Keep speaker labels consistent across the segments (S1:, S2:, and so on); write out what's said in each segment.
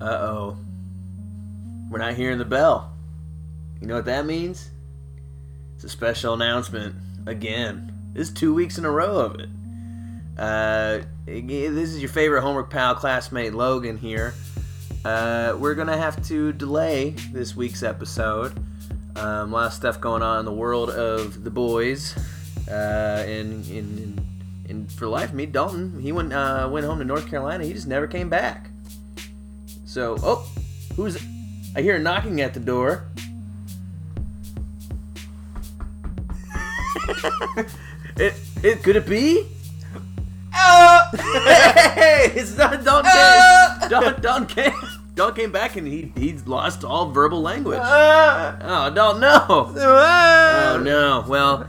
S1: Uh oh. We're not hearing the bell. You know what that means? It's a special announcement again. This is two weeks in a row of it. Uh, again, this is your favorite homework pal classmate Logan here. Uh, we're gonna have to delay this week's episode. Um, a lot of stuff going on in the world of the boys, uh, and, and and and for life, me Dalton, he went uh, went home to North Carolina. He just never came back. So, oh, who's? I hear a knocking at the door. it, it could it be? hey, it's not Don came. Don, Don came. Don came back and he he lost all verbal language.
S2: Uh!
S1: Oh, Dalton, no. Oh no. Well,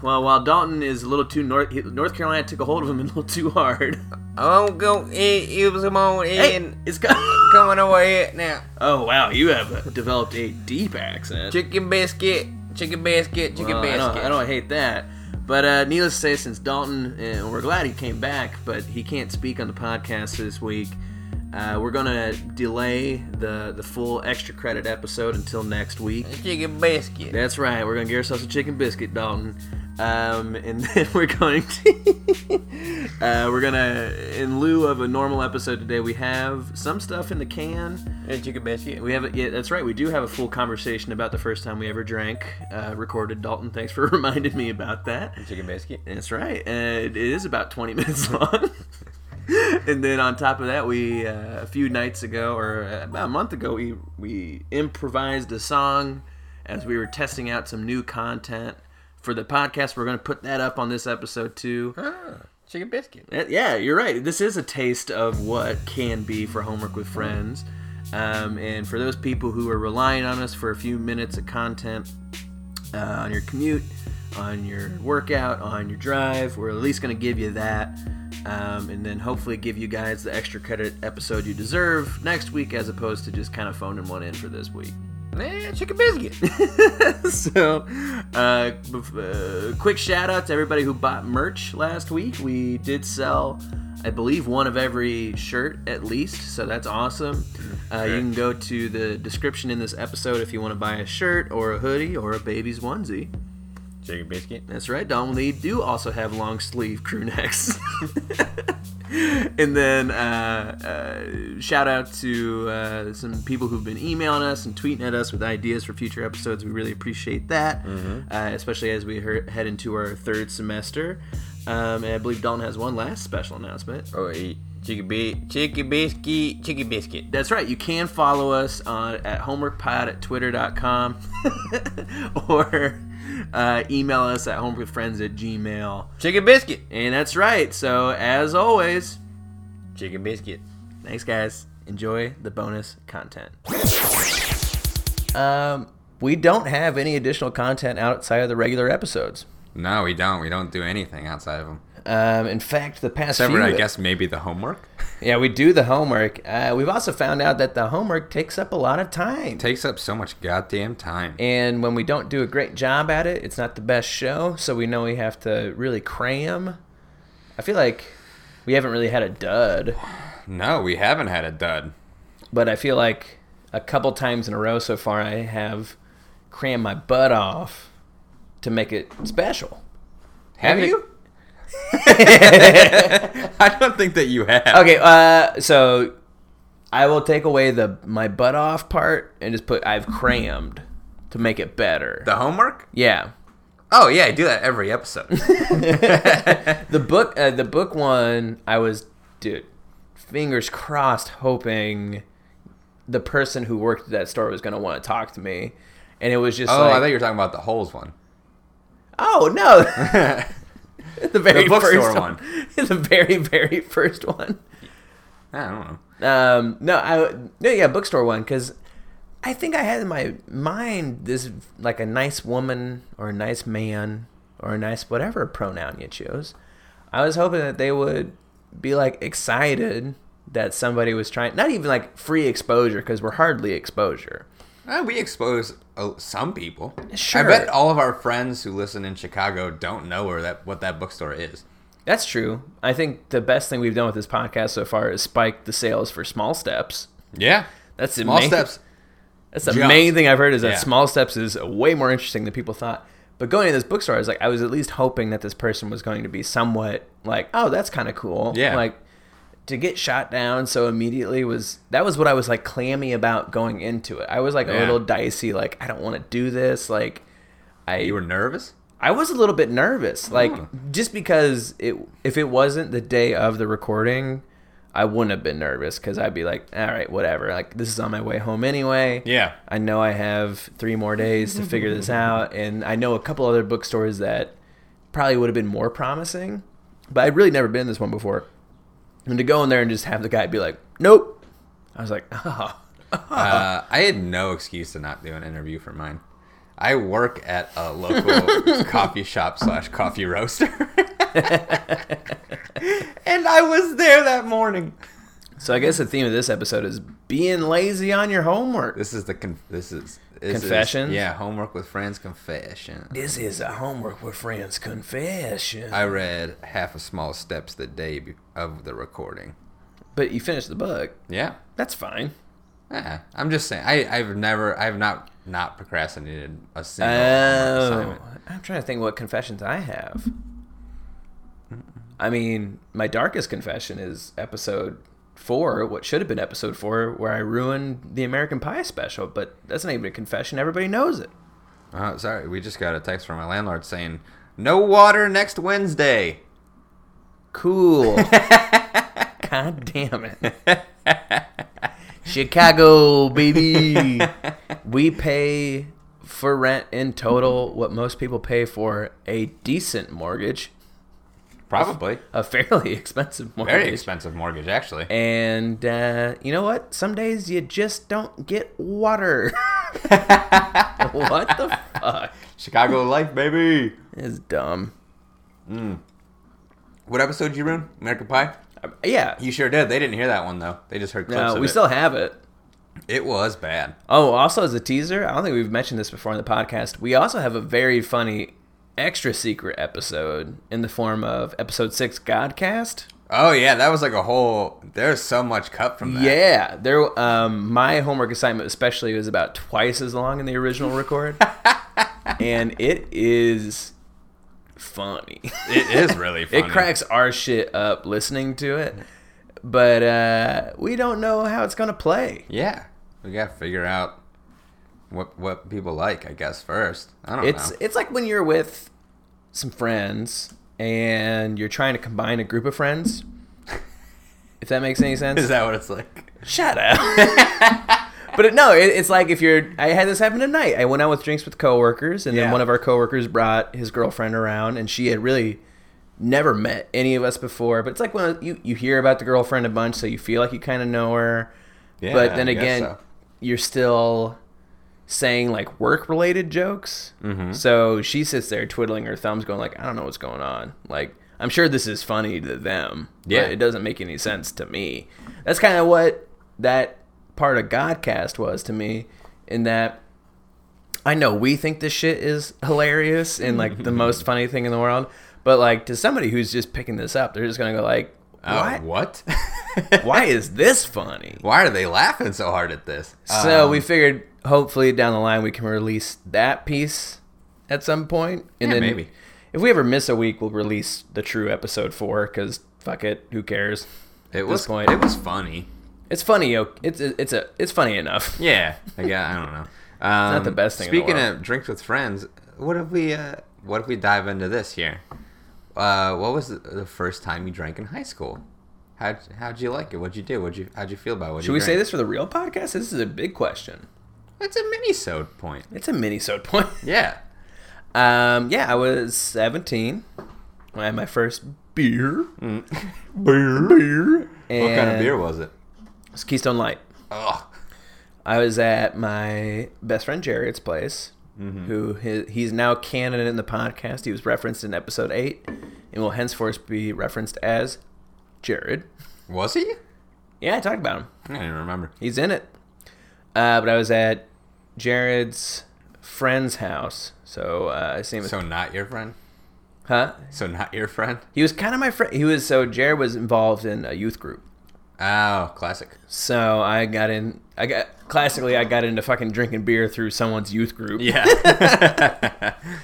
S1: well, while Dalton is a little too North North Carolina took a hold of him a little too hard.
S3: I'm gonna eat you some more
S1: Hey,
S3: and
S1: it's got.
S3: coming over here now.
S1: Oh wow, you have developed a deep accent.
S3: Chicken biscuit, chicken biscuit, chicken
S1: Well, Uh, I
S3: biscuit.
S1: don't, I don't hate that. But uh, needless to say, since Dalton, and we're glad he came back, but he can't speak on the podcast this week. Uh, we're gonna delay the the full extra credit episode until next week.
S3: Chicken biscuit.
S1: That's right. We're gonna get ourselves a chicken biscuit, Dalton, um, and then we're going to uh, we're gonna in lieu of a normal episode today, we have some stuff in the can.
S3: A chicken biscuit.
S1: We haven't yet. That's right. We do have a full conversation about the first time we ever drank uh, recorded. Dalton, thanks for reminding me about that.
S3: Chicken biscuit.
S1: That's right. Uh, it is about 20 minutes long. and then on top of that, we uh, a few nights ago, or uh, about a month ago, we we improvised a song as we were testing out some new content for the podcast. We're going to put that up on this episode too.
S3: Ah, chicken biscuit.
S1: Uh, Yeah, you're right. This is a taste of what can be for homework with friends. Um, and for those people who are relying on us for a few minutes of content uh, on your commute, on your workout, on your drive, we're at least going to give you that. Um, and then hopefully give you guys the extra credit episode you deserve next week as opposed to just kind of phoning one in for this week.
S3: Nah, chicken biscuit.
S1: so, uh, bef- uh, quick shout out to everybody who bought merch last week. We did sell, I believe, one of every shirt at least, so that's awesome. Uh, you can go to the description in this episode if you want to buy a shirt or a hoodie or a baby's onesie.
S3: chicken biscuit.
S1: That's right, Don. They do also have long sleeve crew necks. and then uh, uh, shout out to uh, some people who've been emailing us and tweeting at us with ideas for future episodes. We really appreciate that, uh, especially as we hear- head into our third semester. Um, and I believe Don has one last special announcement.
S3: Oh, eat chicken bi- chicken biscuit, chicken biscuit.
S1: That's right. You can follow us on at homeworkpod at twitter.com or uh, email us at homeworkwithfriends at gmail.
S3: Chicken biscuit.
S1: And that's right. So, as always,
S3: Chicken biscuit.
S1: thanks, guys. Enjoy the bonus content. Um, we don't have any additional content outside of the regular episodes.
S2: No, we don't. We don't do anything outside of them.
S1: Um, in fact, the past
S2: Except
S1: few,
S2: for, I guess, maybe the homework.
S1: yeah, we do the homework. Uh, we've also found out that the homework takes up a lot of time,
S2: Takes up so much goddamn time.
S1: and when we don't do a great job at it, it's not the best show. So we know we have to really cram. I feel like we haven't really had a dud.
S2: No, we haven't had a dud.
S1: but I feel like a couple times in a row so far I have crammed my butt off to make it special.
S2: Have
S1: Haven't-
S2: you? I don't think that you have.
S1: Okay, uh, so I will take away the my butt off part and just put I've crammed to make it better.
S2: The homework?
S1: Yeah.
S2: Oh yeah, I do that every episode.
S1: The book uh, the book one I was dude fingers crossed hoping the person who worked at that store was going to want to talk to me and it was just
S2: oh, I
S1: like
S2: thought you were talking about the holes one.
S1: oh no the very
S2: The bookstore
S1: first
S2: one.
S1: the very very first one.
S2: I don't know.
S1: Um, no, I no, yeah, bookstore one because I think I had in my mind this like a nice woman or a nice man or a nice whatever pronoun you choose. I was hoping that they would be like excited that somebody was trying, not even like free exposure because we're hardly exposure.
S2: Uh, we expose uh, some people.
S1: Sure.
S2: I bet all of our friends who listen in Chicago don't know where that what that bookstore is.
S1: That's true. I think the best thing we've done with this podcast so far is spike the sales for small steps.
S2: Yeah.
S1: That's the
S2: Small
S1: main,
S2: steps.
S1: That's the
S2: Jump.
S1: main thing I've heard is that
S2: Yeah.
S1: small steps is way more interesting than people thought. But going to this bookstore, I was like, I was at least hoping that this person was going to be somewhat like, oh, that's kind of cool.
S2: Yeah.
S1: Like to get shot down so immediately was that was what I was like clammy about going into it. I was like a
S2: Yeah.
S1: little dicey, like I don't want to do this. Like I
S2: You were nervous?
S1: I was a little bit nervous, like
S2: Oh.
S1: just because it if it wasn't the day of the recording, I wouldn't have been nervous because I'd be like, all right, whatever. Like this is on my way home anyway.
S2: Yeah.
S1: I know I have three more days to figure this out, and I know a couple other bookstores that probably would have been more promising, but I'd really never been in this one before. And to go in there and just have the guy be like, "Nope," I was like, "Oh,
S2: Uh, I had no excuse to not do an interview for mine. I work at a local coffee shop slash coffee roaster. and I was there that morning.
S1: So I guess the theme of this episode is being lazy on your homework.
S2: This is the con- this is this is-
S1: Confessions?
S2: yeah, homework with friends confession.
S1: This is a homework with friends confession.
S2: I read half a small steps the day be- of the recording.
S1: but you finished the book.
S2: Yeah.
S1: That's fine.
S2: Yeah, I'm just saying. I, I've never, I've not, not procrastinated a single homework
S1: Oh,
S2: assignment.
S1: I'm trying to think what confessions I have. I mean, my darkest confession is episode four, what should have been episode four, where I ruined the American Pie special, but that's not even a confession. Everybody knows it.
S2: Oh, sorry. We just got a text from my landlord saying, "No water next Wednesday."
S1: Cool. God damn it. Chicago, baby. we pay for rent in total what most people pay for a decent mortgage,
S2: Probably
S1: a fairly expensive mortgage.
S2: very expensive mortgage, actually.
S1: And uh, you know what? Some days you just don't get water. what the fuck?
S2: Chicago life, baby.
S1: It's dumb.
S2: What episode did you ruin? American Pie.
S1: Yeah.
S2: You sure did. They didn't hear that one though. They just heard clips.
S1: No,
S2: of
S1: we
S2: it.
S1: still have it.
S2: It was bad.
S1: Oh, also as a teaser, I don't think we've mentioned this before in the podcast. We also have a very funny extra secret episode in the form of episode six Godcast.
S2: Oh yeah, that was like a whole. There's so much cut from that.
S1: Yeah, there. Um, my homework assignment, especially, was about twice as long in the original record, and it is funny.
S2: it is really. Funny.
S1: It cracks our shit up listening to it, but uh, we don't know how it's gonna play.
S2: Yeah, we gotta figure out what what people like, I guess. First, I don't
S1: It's
S2: know.
S1: it's like when you're with some friends and you're trying to combine a group of friends. If that makes any sense.
S2: Is that what it's like?
S1: Shut up. but it, no, it, it's like if you're. I had this happen tonight. I went out with drinks with coworkers, and then
S2: Yeah.
S1: one of our coworkers brought his girlfriend around, and she had really never met any of us before. But it's like when you you hear about the girlfriend a bunch, so you feel like you kind of know her.
S2: Yeah,
S1: but then
S2: I guess
S1: again,
S2: so.
S1: you're still saying like work related jokes.
S2: Mm-hmm.
S1: So she sits there twiddling her thumbs, going like, I don't know what's going on. Like I'm sure this is funny to them,
S2: Yeah.
S1: but it doesn't make any sense to me. That's kind of what that part of Godcast was to me, in that I know we think this shit is hilarious and like the most funny thing in the world, but like to somebody who's just picking this up, they're just gonna go like,
S2: Oh,
S1: "What?
S2: what?
S1: Why is this funny?"
S2: Why are they laughing so hard at this?
S1: So
S2: Um,
S1: we figured hopefully down the line we can release that piece at some point, and then
S2: Yeah, maybe.
S1: if we ever miss a week, we'll release the true episode four because fuck it, who cares?
S2: it was
S1: point-
S2: it was funny.
S1: It's funny, yo. It's it's a it's funny enough.
S2: Yeah, I gue- I don't know. Um,
S1: the best thing in the
S2: Speaking
S1: world.
S2: of drinks with friends, what if we uh, what if we dive into this here? Uh, what was the, the first time you drank in high school? How how'd you like it? What'd you do? What'd you how'd you feel about it? What'd
S1: Should
S2: you
S1: we say
S2: drink?
S1: this for the real podcast? This is a big question.
S2: It's a mini sode point.
S1: It's a mini sode point.
S2: Yeah.
S1: Um, yeah, I was 17 when I had my first beer.
S2: Beer. Mm. Beer. what kind of
S1: And-
S2: beer was it?
S1: It was Keystone Light.
S2: Oh,
S1: I was at my best friend Jared's place, who his, he's now canon in the podcast. He was referenced in episode eight, and will henceforth be referenced as Jared.
S2: was he?
S1: Yeah, I talked about him.
S2: I don't even remember.
S1: He's in it. Uh, but I was at Jared's friend's house, so uh, his name is
S2: So not your friend.
S1: Huh?
S2: So not your friend?
S1: He was kind of my friend. He was so Jared was involved in a youth group.
S2: Oh, classic.
S1: So I got in. I got classically. I got into fucking drinking beer through someone's youth group.
S2: Yeah.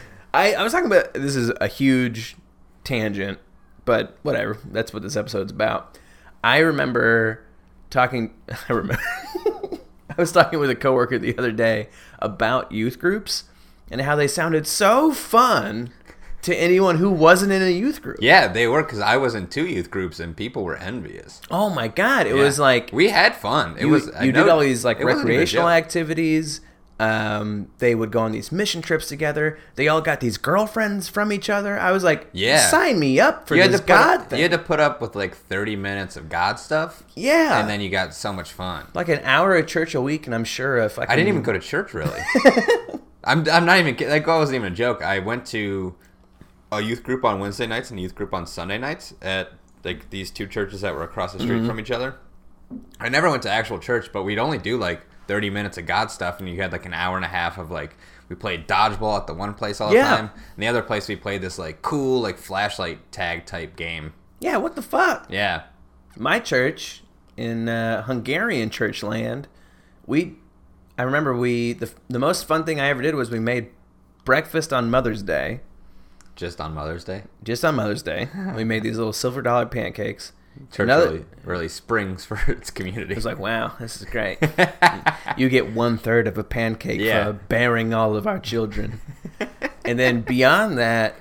S1: I, I was talking about this is a huge tangent, but whatever. That's what this episode's about. I remember talking. I remember. I was talking with a coworker the other day about youth groups and how they sounded so fun to anyone who wasn't in a youth group.
S2: yeah, they were because I was in two youth groups and people were envious.
S1: Oh my god! It was like
S2: we had fun. It
S1: you,
S2: was I
S1: you did
S2: know-
S1: all these like
S2: it wasn't even a
S1: recreational
S2: joke.
S1: activities. Um, they would go on these mission trips together. They all got these girlfriends from each other. I was like,
S2: Yeah.
S1: sign me up for
S2: You had, to
S1: this
S2: put,
S1: God thing.
S2: you had to put up with like 30 minutes of God stuff,
S1: yeah,
S2: and then you got so much fun.
S1: like an hour of church a week, and I'm sure if I,
S2: I didn't even go to church really. I'm I'm not even kidding. Like that wasn't even a joke. I went to a youth group on Wednesday nights and a youth group on Sunday nights at like these two churches that were across the street
S1: Mm-hmm.
S2: from each other. I never went to actual church, but we'd only do like 30 minutes of God stuff, and you had like an hour and a half of like we played dodgeball at the one place all the
S1: Yeah.
S2: time, and the other place we played this like cool like flashlight tag type game.
S1: yeah, what the fuck?
S2: Yeah,
S1: My church in uh, Hungarian church land, we, I remember we the the most fun thing I ever did was we made breakfast on Mother's Day.
S2: just on Mother's Day.
S1: just on Mother's Day. We made these little silver dollar pancakes.
S2: Church
S1: Another-
S2: really, really springs for its
S1: I
S2: community.
S1: was like, wow, this is great. you get one third of a pancake
S2: Yeah.
S1: for bearing all of our children. and then beyond that,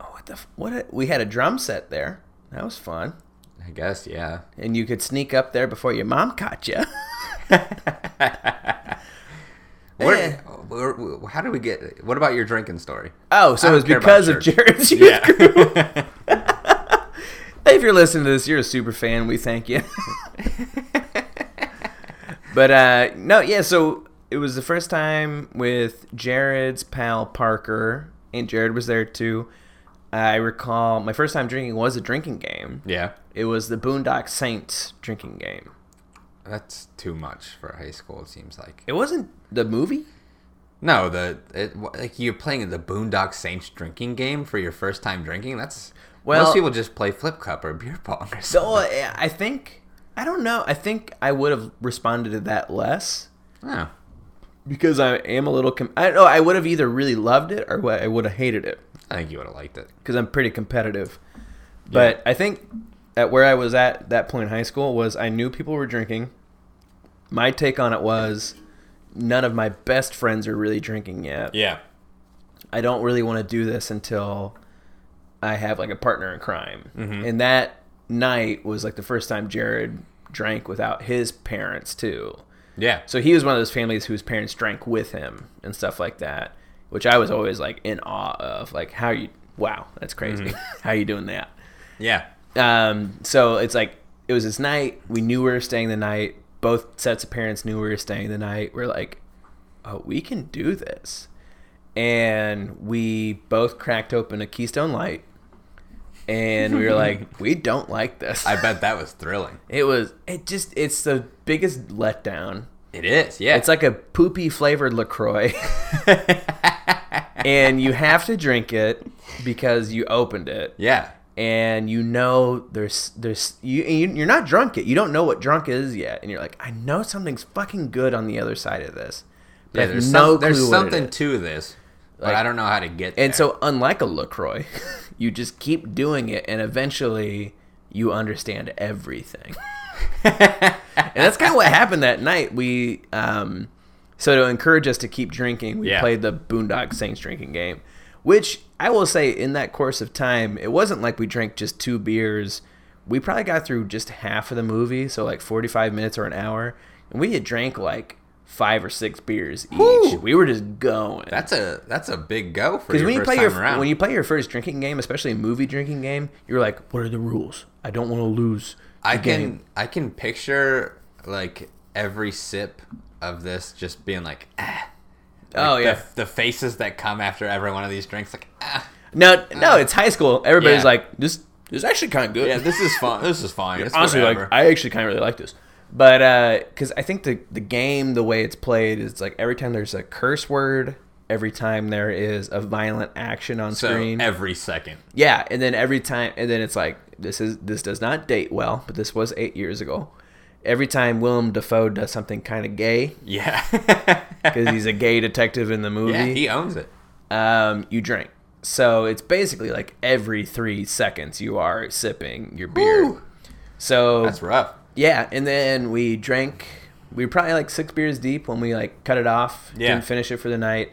S1: oh, what the f- what? A, we had a drum set there. That was fun.
S2: I guess yeah.
S1: And you could sneak up there before your mom caught you. Eh.
S2: Where, where- how did we get? What about your drinking story?
S1: Oh, so
S2: I
S1: it was
S2: don't care about
S1: because of
S2: church.
S1: Jared's youth group. if you're listening to this, you're a super fan. We thank you. but uh, no, yeah. So it was the first time with Jared's pal Parker, and Jared was there too. I recall my first time drinking was a drinking game.
S2: yeah,
S1: It was the Boondock Saints drinking game.
S2: that's too much for high school. It seems like
S1: It wasn't the movie.
S2: no, the it, like you're playing the Boondock Saints drinking game for your first time drinking. That's
S1: Well-
S2: most people just play flip cup or beer pong or something.
S1: So uh, I think I don't know. I think I would have responded to that less.
S2: Oh,
S1: because I am a little. Com- I don't know. I would have either really loved it or I would have hated it
S2: I think you would have liked it.
S1: because I'm pretty competitive. But I think at where I was at that point in high school was I knew people were drinking. My take on it was none of my best friends are really drinking yet.
S2: Yeah,
S1: I don't really want to do this until I have like a partner in crime. And that night was like the first time Jared drank without his parents too.
S2: yeah.
S1: So he was one of those families whose parents drank with him and stuff like that, which I was always like in awe of. Like, how you? Wow, that's crazy. how you doing that?
S2: yeah,
S1: Um, so it's like it was this night. We knew we were staying the night. Both sets of parents knew we were staying the night. We're like, oh, we can do this, and we both cracked open a Keystone Light, and we were like, we don't like this.
S2: I bet that was thrilling.
S1: it was. It just. It's the biggest letdown.
S2: It is. Yeah,
S1: It's like a poopy flavored LaCroix. and you have to drink it because you opened it.
S2: yeah.
S1: And you know there's there's you and you- you're not drunk yet. You don't know what drunk is yet, and you're like, I know something's fucking good on the other side of this. But I
S2: Yeah,
S1: have
S2: there's
S1: no
S2: some, there's
S1: clue what it
S2: something
S1: is.
S2: to this, but
S1: Like-
S2: I don't know how to get.
S1: And
S2: there.
S1: so, unlike a Lacroix, you just keep doing it, and eventually you understand everything. and that's kind of what happened that night. We, um, so to encourage us to keep drinking, we
S2: Yeah.
S1: played the Boondock Saints drinking game, which I will say, in that course of time, it wasn't like we drank just two beers. We probably got through just half of the movie, so like forty-five minutes or an hour, and we had drank like five or six beers each. We were just going.
S2: that's a that's a big go for
S1: Because
S2: your
S1: when you
S2: first
S1: play
S2: time
S1: your
S2: around.
S1: when you play your first drinking game, especially a movie drinking game, you're like, "What are the rules? I don't want to lose." the
S2: I can
S1: game."
S2: I can picture like every sip of this just being like, ah.
S1: Oh yeah.
S2: the, the faces that come after every one of these drinks like ah.
S1: No, no, it's high school. Everybody's
S2: Yeah.
S1: like, "This, this is actually kind of good."
S2: yeah this is fun this is fine It's
S1: Honestly,
S2: whatever.
S1: like, I actually kind of really like this. uh, But because I think the the game, the way it's played, is like every time there's a curse word every time there is a violent action on
S2: So
S1: screen.
S2: every second.
S1: yeah, and then every time, and then it's like this is this does not date well, but this was eight years ago. Every time Willem Dafoe does something kind of gay
S2: Yeah.
S1: because he's a gay detective in the movie,
S2: yeah, he owns it.
S1: um, you drink. So it's basically like every three seconds you are sipping your beer.
S2: Ooh.
S1: So
S2: That's rough.
S1: yeah, and then we drank. We were probably like six beers deep when we like cut it off.
S2: Yeah.
S1: Didn't finish it for the night,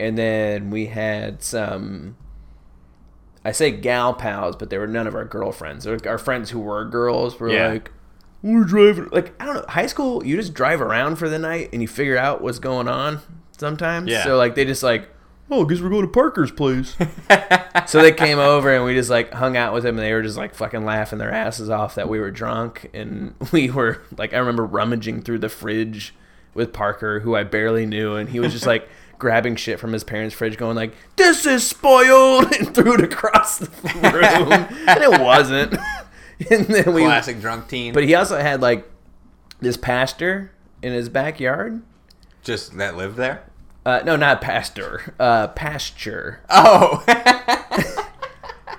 S1: and then we had some. I say gal pals, but they were none of our girlfriends. Like, Our friends who were girls were
S2: Yeah.
S1: like, "We're driving." Like I don't know, high school. You just drive around for the night and you figure out what's going on sometimes.
S2: Yeah.
S1: So like they just like, "Oh, I guess we're going to Parker's place." so they came over and we just like hung out with them and they were just like fucking laughing their asses off that we were drunk and we were like I remember rummaging through the fridge with Parker who I barely knew and he was just like grabbing shit from his parents' fridge going like this is spoiled and threw it across the room and it wasn't and then we
S2: Classic drunk teen.
S1: but he also had like this pastor in his backyard
S2: just that lived there.
S1: uh, no not pastor uh, pasture
S2: Oh.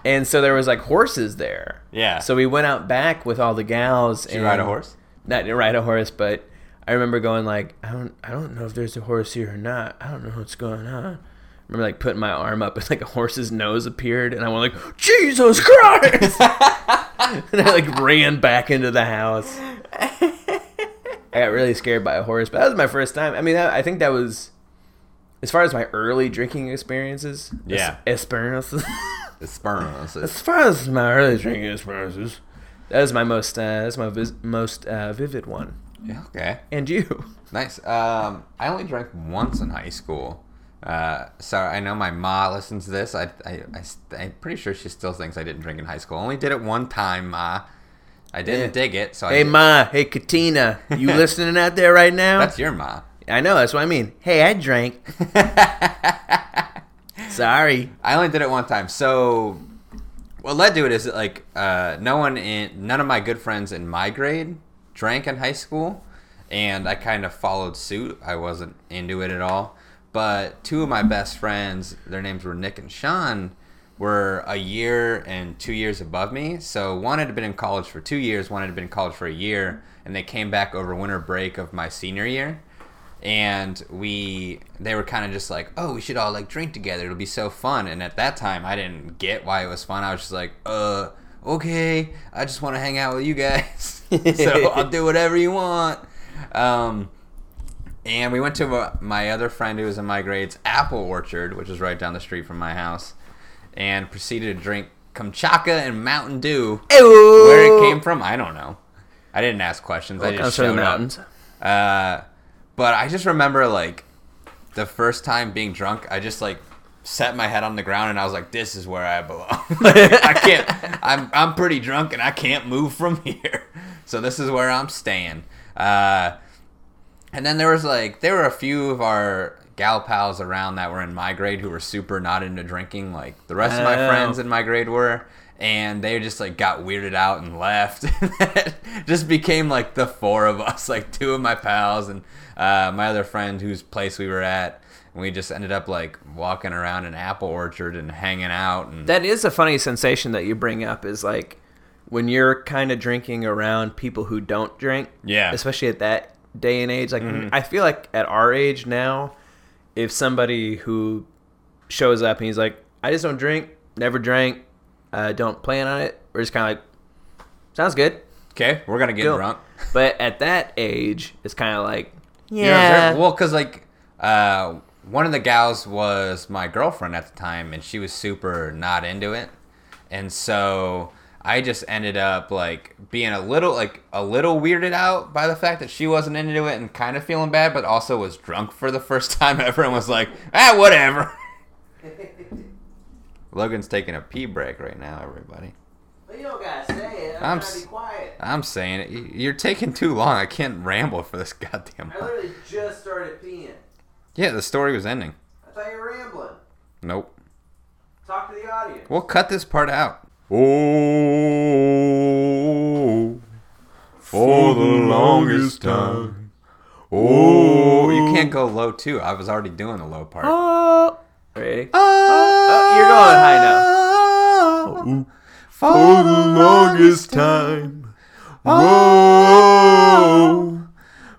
S1: And so there was like horses there.
S2: Yeah.
S1: So we went out back with all the gals. Did and
S2: you ride a horse?
S1: Not didn't ride a horse, but I remember going like, I don't, I don't know if there's a horse here or not. I don't know what's going on. I remember like putting my arm up and like a horse's nose appeared, and I went like, Jesus Christ! and I like ran back into the house. I got really scared by a horse, but that was my first time. I mean, that, I think that was. As far as my early drinking experiences,
S2: Yeah.
S1: es- experiences,
S2: the sperm. that's it.
S1: as far as my early drinking experiences, that is my most uh, that's my vis- most uh, vivid one.
S2: Yeah, Okay.
S1: And you,
S2: Nice. Um, I only drank once in high school. Uh, so I know my ma listens to this. I, I, I, am pretty sure she still thinks I didn't drink in high school. I only did it one time, ma. I didn't
S1: Yeah.
S2: dig it, so I
S1: hey Ma, hey Katina, you listening out there right now?
S2: That's your ma.
S1: I know that's what I mean. Hey, I drank. Sorry.
S2: I only did it one time. So what led to it is that, like uh, no one in none of my good friends in my grade drank in high school, and I kind of followed suit. I wasn't into it at all. But two of my best friends, their names were Nick and Sean, were a year and two years above me. So one had been in college for two years, one had been in college for a year, and they came back over winter break of my senior year and we they were kind of just like oh we should all like drink together it'll be so fun and at that time i didn't get why it was fun i was just like uh okay i just want to hang out with you guys so i'll do whatever you want um and we went to my- my other friend who was in my grades apple orchard which is right down the street from my house and proceeded to drink Kamchatka and Mountain Dew. Where it came from, I don't know. I didn't ask questions. I
S1: comes
S2: just
S1: from the
S2: showed up.
S1: mountains.
S2: Uh, but I just remember like the first time being drunk, I just like set my head on the ground and I was like, "This is where I belong. Like, I can't. I'm I'm pretty drunk and I can't move from here. So this is where I'm staying." Uh, and then there was like there were a few of our gal pals around that were in my grade who were super not into drinking like the rest of my
S1: Oh.
S2: friends in my grade were and they just like got weirded out and left just became like the four of us like two of my pals and uh, my other friend whose place we were at and we just ended up like walking around an apple orchard and hanging out and
S1: That is a funny sensation that you bring up is like when you're kind of drinking around people who don't drink.
S2: Yeah. Mm-hmm.
S1: Especially at that day and age. Like I feel like at our age now, if somebody who shows up and he's like, I just don't drink, never drank, uh, don't plan on it, we're just kind of like, sounds good.
S2: okay we're gonna get
S1: Cool.
S2: drunk
S1: But at that age, it's kind of like,
S2: You know what I'm
S1: yeah.
S2: saying? well, because like uh, one of the gals was my girlfriend at the time, and she was super not into it, and so I just ended up like being a little like a little weirded out by the fact that she wasn't into it and kind of feeling bad, but also was drunk for the first time ever and was like, ah, whatever. Logan's taking a pee break right now, everybody.
S4: You don't gotta say it.
S2: I'm s-
S4: quiet.
S2: I'm saying it. Y- You're taking too long. I can't ramble for this goddamn. Long.
S4: literally just started peeing.
S2: Yeah, the story was ending.
S4: I thought you were rambling.
S2: Nope.
S4: Talk to the audience.
S2: We'll cut this part out. Oh, for the longest time, Oh, you can't go low too. I was already doing the low part.
S1: Oh, ready?
S4: Oh, you're going high now.
S2: Oh. For the longest time. Whoa.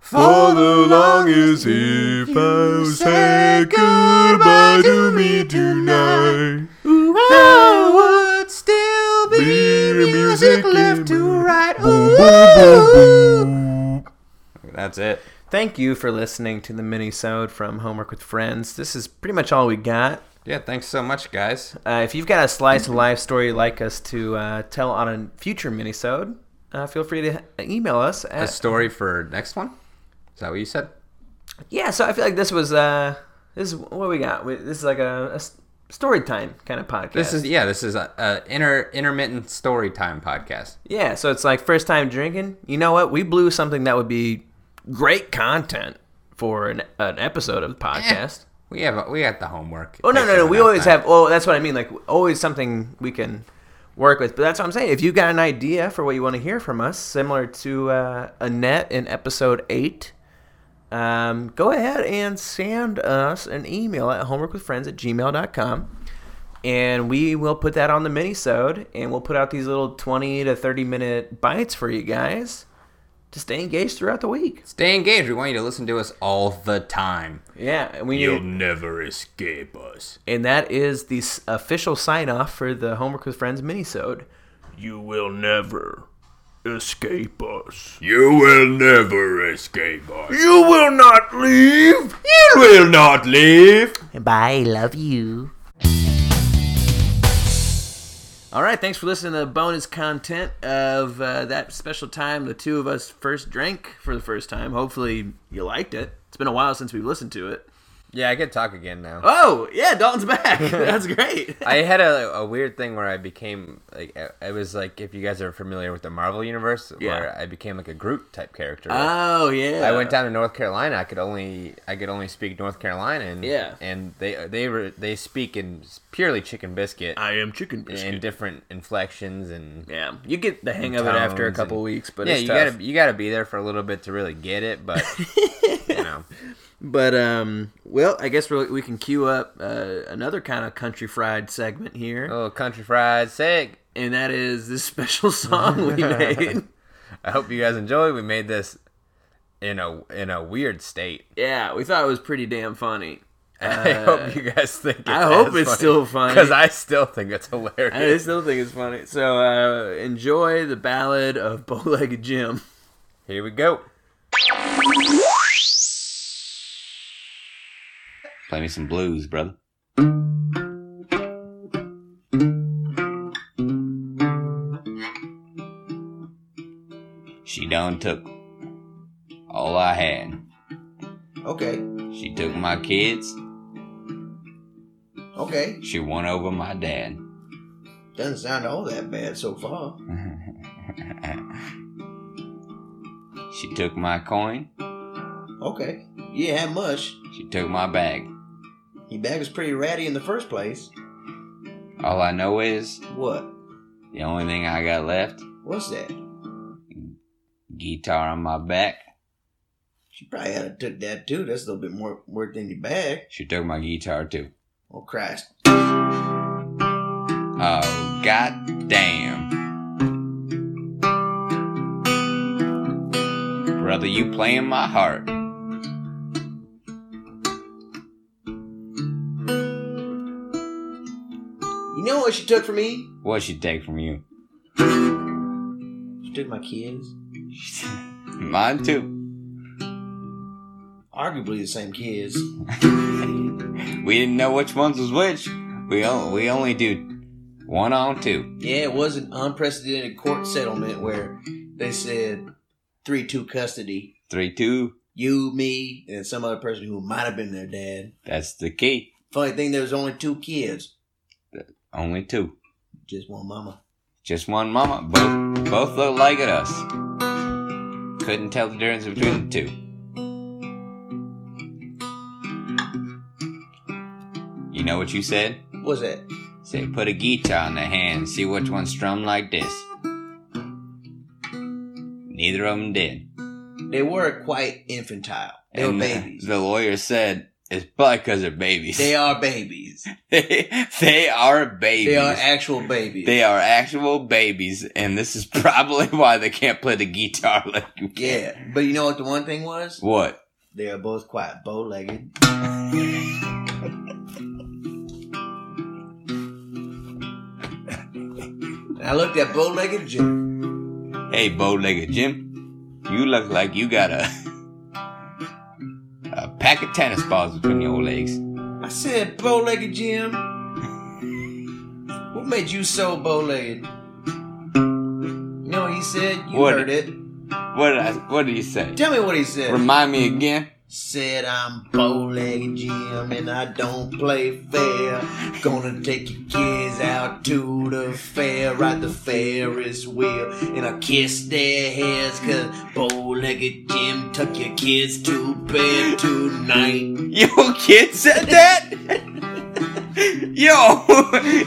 S2: For the longest, if you say goodbye to me tonight, there would still be music left to right. That's it.
S1: Thank you for listening to the mini-sode from Homework with Friends. This is pretty much all we got.
S2: Yeah, thanks so much, guys.
S1: Uh, if you've got a slice of life story you'd like us to uh, tell on a future minisode, uh, feel free to email us.
S2: A
S1: At,
S2: story for next one? Is that what you said?
S1: yeah, so I feel like this was uh, this is what we got. We, this is like a, a s- story time kind of podcast.
S2: This is Uh, yeah. This is a, a inter intermittent story time podcast.
S1: yeah, so it's like first time drinking. You know what? We blew something that would be great content for an, an episode of the
S2: Eh.
S1: podcast.
S2: We have we got the homework.
S1: Oh no, no, no. We always have. Oh, that's what I mean. Like always something we can work with. But that's what I'm saying. If you've got an idea for what you want to hear from us, similar to uh, Annette in episode eight, um, go ahead and send us an email at homeworkwithfriends at gmail.com. And we will put that on the mini-sode, and we'll put out these little 20 to 30 minute bites for you guys to stay engaged throughout the week.
S2: Stay engaged. We want you to listen to us all the time.
S1: Yeah, and we need,
S2: never escape us.
S1: and that is the s- official sign off for the Homework with Friends minisode.
S5: You will never escape us.
S2: You will never escape us.
S5: You will not leave.
S2: You will not leave.
S6: Bye, love you.
S4: All right, thanks for listening to the bonus content of uh, that special time the two of us first drank for the first time. Hopefully, you liked it. It's been a while since we've listened to it.
S2: Yeah, I could talk again now.
S4: Oh, yeah, Dalton's back. That's great.
S2: I had a, a weird thing where I became like I- I was like if you guys are familiar with the Marvel universe, where
S4: Yeah.
S2: I became like a Groot type character.
S4: Oh, yeah.
S2: I went down to North Carolina. I could only I could only speak North Carolina, and
S4: Yeah.
S2: and they they were they speak in purely chicken biscuit
S4: I am chicken biscuit.
S2: and different inflections and
S4: yeah, you get the hang of it after a
S2: tones
S4: couple
S2: and-
S4: weeks, but
S2: yeah,
S4: it's
S2: you
S4: tough.
S2: gotta you gotta be there for a little bit to really get it, but you know,
S4: But um, well, I guess we we can queue up uh, another kind of country fried segment here,
S2: oh country fried sick.
S4: and that is this special song we made.
S2: I hope you guys enjoy. We made this in a in a weird state.
S4: yeah, we thought it was pretty damn funny.
S2: I hope you guys think. It's
S4: Uh, I hope it's still funny.
S2: because I still think it's hilarious.
S4: I still think it's funny. So uh, enjoy the ballad of Bowlegged Jim.
S2: Here we go.
S7: Play me some blues, brother. She done took all I had.
S8: Okay,
S7: She took my kids.
S8: okay.
S7: She won over my dad.
S8: Doesn't sound all that bad so far.
S7: She took my coin.
S8: Okay. You didn't have much.
S7: She took my bag.
S8: Your bag was pretty ratty in the first place.
S7: All I know is
S8: What?
S7: the only thing I got left
S8: What's that?
S7: guitar on my back.
S8: She probably had to took that too. That's a little bit more worth than your bag.
S7: She took my guitar too.
S8: Oh Christ.
S7: Oh, god damn. Brother, you playing my heart.
S8: You know what she took from me?
S7: What she take from you?
S8: She took my kids.
S7: Mine too.
S8: Arguably the same kids.
S7: We didn't know which ones was which. We o- we only do one on two.
S8: Yeah, it was an unprecedented court settlement where they said three two custody.
S7: Three, two.
S8: You, me, and some other person who might have been their dad.
S7: That's the key.
S8: Funny thing, there was only two kids.
S7: Only two.
S8: Just one mama.
S7: Just one mama. Both both look like at us. Couldn't tell the difference between the two. You know what you said?
S8: What's that?
S7: Say, put a guitar in their hand, see which one strum like this. Neither of them did.
S8: They were quite infantile.
S1: They were
S2: and uh,
S1: babies.
S2: The, the lawyer said, "It's probably because they're babies.
S1: They are babies.
S2: They, they are babies.
S1: They are actual babies.
S2: They are actual babies, and this is probably why they can't play the guitar like you can.
S1: yeah, but you know what the one thing was?
S2: What?
S1: They are both quite bow-legged. And I looked at bow-legged Jim.
S2: Hey, bow-legged Jim, you look like you got a a pack of tennis balls between your legs.
S1: I said, "Bow-legged Jim, what made you so bow-legged?" You know what he said? You
S2: What?
S1: heard it.
S2: What did I, What did you say?
S1: Tell me what he said.
S2: Remind me again.
S1: Said I'm bow-legged Jim and I don't play fair. Gonna take your kids out to the fair, ride the Ferris wheel, and I kiss their heads 'cause bow-legged Jim took your kids to bed tonight.
S2: Yo, kid said that. yo,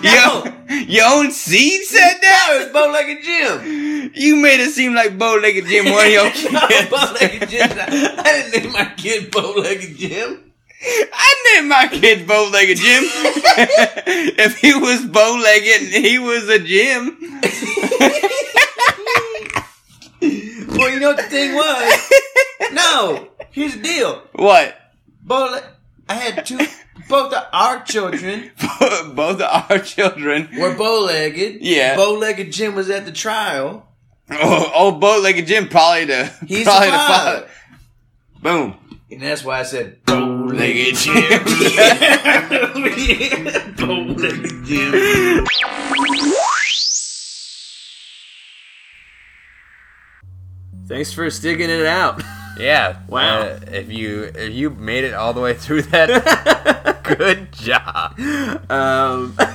S2: yo, your own seed said
S1: That was
S2: that.
S1: bow-legged Jim.
S2: You made it seem like bow-legged Jim one of your kids.
S1: bow-legged Jim. I didn't name my kid bow-legged Jim.
S2: I named my kid bow legged Jim. if he was bow legged, he was a Jim.
S1: Well, you know what the thing was? No. Here's the deal.
S2: What?
S1: Bow. I had two. Both of our children
S2: Both our children.
S1: were bow-legged.
S2: Yeah.
S1: Bow-legged Jim was at the trial.
S2: Oh, oh bow legged Jim, probably the.
S1: He
S2: probably the
S1: survived.
S2: father. Boom.
S1: And that's why I said bow-legged
S2: Legged Jim.
S1: Jim. bow-legged Jim.
S9: Thanks for sticking it out.
S10: Yeah.
S9: Wow.
S10: uh, if you if you made it all the way through that, good job.
S9: um,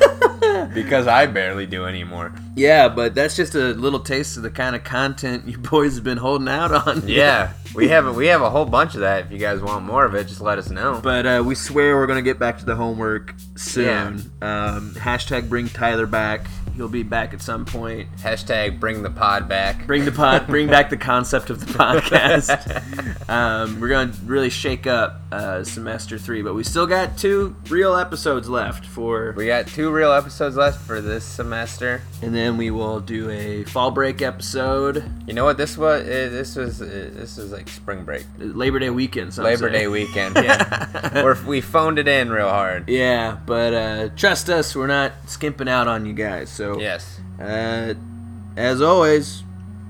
S10: Because I barely do anymore.
S9: yeah, but that's just a little taste of the kind of content you boys have been holding out on.
S10: Yeah, we have a, we have a whole bunch of that. If you guys want more of it, just let us know.
S9: But uh, we swear we're gonna get back to the homework soon. Um, hashtag bring Tyler back. He'll be back at some point.
S10: Hashtag bring the pod back.
S9: Bring the pod. bring back the concept of the podcast. um, we're gonna really shake up uh, semester three, but we still got two real episodes left for,
S10: We got two real episodes left for this semester.
S9: and then we will do a fall break episode,
S10: You know what? This was uh, this was uh, this was like spring break,
S9: Labor Day weekend. some
S10: Labor
S9: say.
S10: Day weekend. Yeah, We're, we phoned it in real hard.
S9: Yeah, but uh, trust us, we're not skimping out on you guys. So,
S10: Yes,
S9: uh, as always,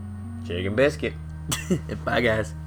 S10: chicken biscuit.
S9: bye guys.